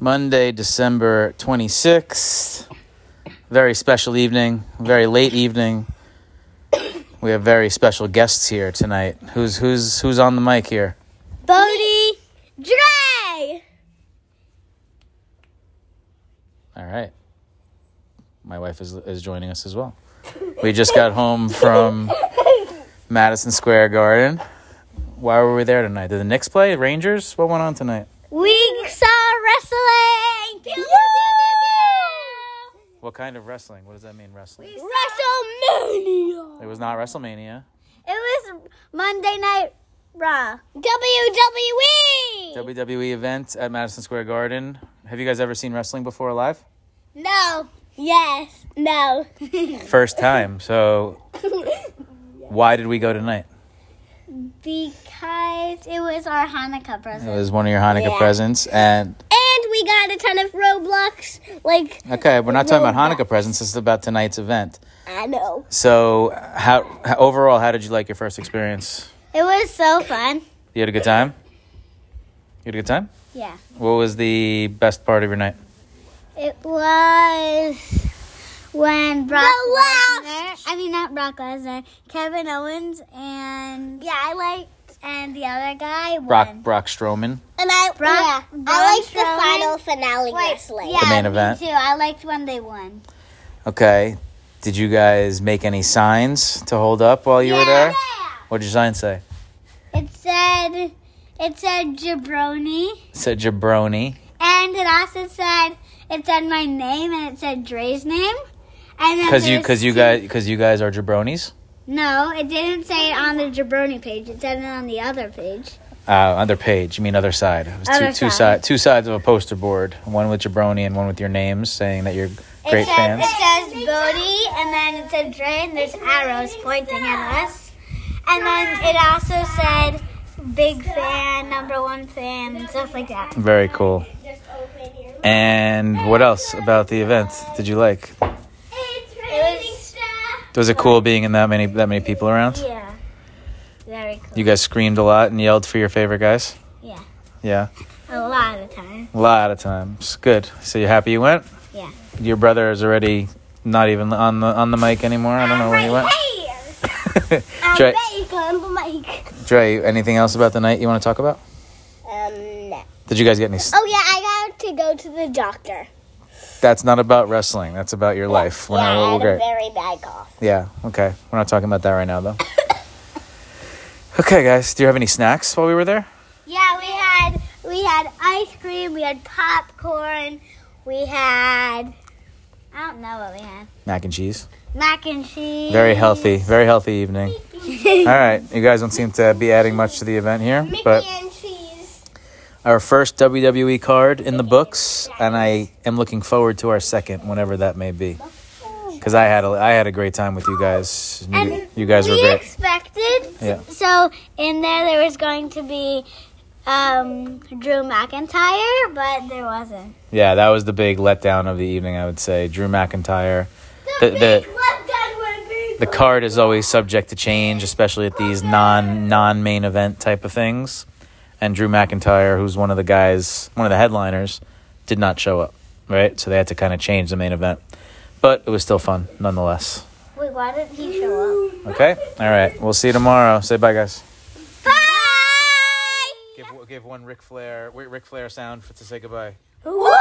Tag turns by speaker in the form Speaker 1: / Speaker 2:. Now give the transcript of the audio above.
Speaker 1: Monday, December 26th. Very special evening, very late evening. We have very special guests here tonight. Who's who's who's on the mic here?
Speaker 2: Bodie Dre.
Speaker 1: All right. My wife is is joining us as well. We just got home from Madison Square Garden. Why were we there tonight? Did the Knicks play? Rangers? What went on tonight?
Speaker 2: We saw wrestling.
Speaker 1: What kind of wrestling? What does that mean, wrestling?
Speaker 2: WrestleMania.
Speaker 1: It was not WrestleMania.
Speaker 2: It was Monday Night Raw. E. WWE.
Speaker 1: WWE E event at Madison Square Garden. Have you guys ever seen wrestling before live?
Speaker 2: no. Yes. No.
Speaker 1: First time. So why did we go tonight?
Speaker 2: because it was our Hanukkah
Speaker 1: It
Speaker 2: present.
Speaker 1: was one of your Hanukkah
Speaker 2: Yeah.
Speaker 1: presents and
Speaker 2: And we got a ton of Roblox. Like,
Speaker 1: okay, we're not talking about
Speaker 2: Roblox.
Speaker 1: Hanukkah presents, this is about tonight's event.
Speaker 2: I know.
Speaker 1: So how, how overall how did you like your first experience?
Speaker 2: It was so fun.
Speaker 1: You had a good time? You had a good time?
Speaker 2: Yeah.
Speaker 1: What was the best part of your night?
Speaker 2: It was when Brock Lesnar. I mean, not Brock Lesnar. Kevin Owens and yeah, I liked and the other guy
Speaker 1: Brock
Speaker 2: won.
Speaker 1: Brock Strowman.
Speaker 2: And I Brock, Oh, yeah, I liked the final finale wrestling. Yeah,
Speaker 1: The main
Speaker 2: me
Speaker 1: event.
Speaker 2: too. I liked when they won.
Speaker 1: Okay. Did you guys make any signs to hold up while you were there? What did your sign say?
Speaker 2: It said it said jabroni,
Speaker 1: It said jabroni.
Speaker 2: and it also said it said my name and it said Dre's name. And then
Speaker 1: Because you,
Speaker 2: there's
Speaker 1: because you
Speaker 2: two-
Speaker 1: guys, because you guys are jabronis.
Speaker 2: No, it didn't say it on the jabroni page. It said it on the other page.
Speaker 1: Uh, other page, you mean other side? It was two,
Speaker 2: Other
Speaker 1: two
Speaker 2: side.
Speaker 1: side, two sides of a poster board. One with jabroni and one with your names, saying that you're great
Speaker 2: it says,
Speaker 1: fans.
Speaker 2: It says Bodhi, and then it said Dre, and there's arrows pointing at us. And then it also said big fan, number one fan, and stuff like that.
Speaker 1: Very cool. And what else about the event did you like?
Speaker 2: It was,
Speaker 1: Was it cool being in that many that many people around?
Speaker 2: yeah, very cool.
Speaker 1: You guys screamed a lot and yelled for your favorite guys.
Speaker 2: Yeah.
Speaker 1: Yeah,
Speaker 2: A lot of time.
Speaker 1: a lot of times. Good. So you happy you went?
Speaker 2: Yeah.
Speaker 1: Your brother is already not even on the on the mic anymore. I don't know where he went. Dre-
Speaker 2: Um, you on the mic.
Speaker 1: Dre, anything else about the night you want to talk about?
Speaker 2: Um, no.
Speaker 1: Did you guys get any? s-
Speaker 2: Oh, yeah, I got to go to the doctor.
Speaker 1: That's not about wrestling. That's about your life. We're not. We're great.
Speaker 2: very bad cough.
Speaker 1: Yeah. Okay. We're not talking about that right now, though. okay, guys. Do you have any snacks while we were there?
Speaker 2: Yeah, we had we had ice cream, we had popcorn, we had I don't know what we had.
Speaker 1: Mac and cheese.
Speaker 2: Mac and cheese.
Speaker 1: Very healthy. Very healthy evening. All right. You guys don't seem to be adding much to the event here, but
Speaker 2: and cheese.
Speaker 1: our first WWE card in the books, and I am looking forward to our second, whenever that may be. Because I had a, I had a great time with you guys. You,
Speaker 2: And
Speaker 1: you guys were
Speaker 2: we
Speaker 1: great.
Speaker 2: expected.
Speaker 1: Yeah.
Speaker 2: So in there there was going to be um, Drew McIntyre, but there wasn't.
Speaker 1: Yeah, that was the big letdown of the evening, I would say. Drew McIntyre. The, the, the card is always subject to change, especially at these non non main event type of things. And Drew McIntyre, who's one of the guys, one of the headliners, did not show up. Right, so they had to kind of change the main event, but it was still fun nonetheless.
Speaker 2: Wait, why didn't he show up?
Speaker 1: Okay, all right, we'll see you tomorrow. Say bye, guys.
Speaker 2: Bye.
Speaker 1: Give, give one Ric Flair Ric Flair sound to say goodbye.
Speaker 2: Woo!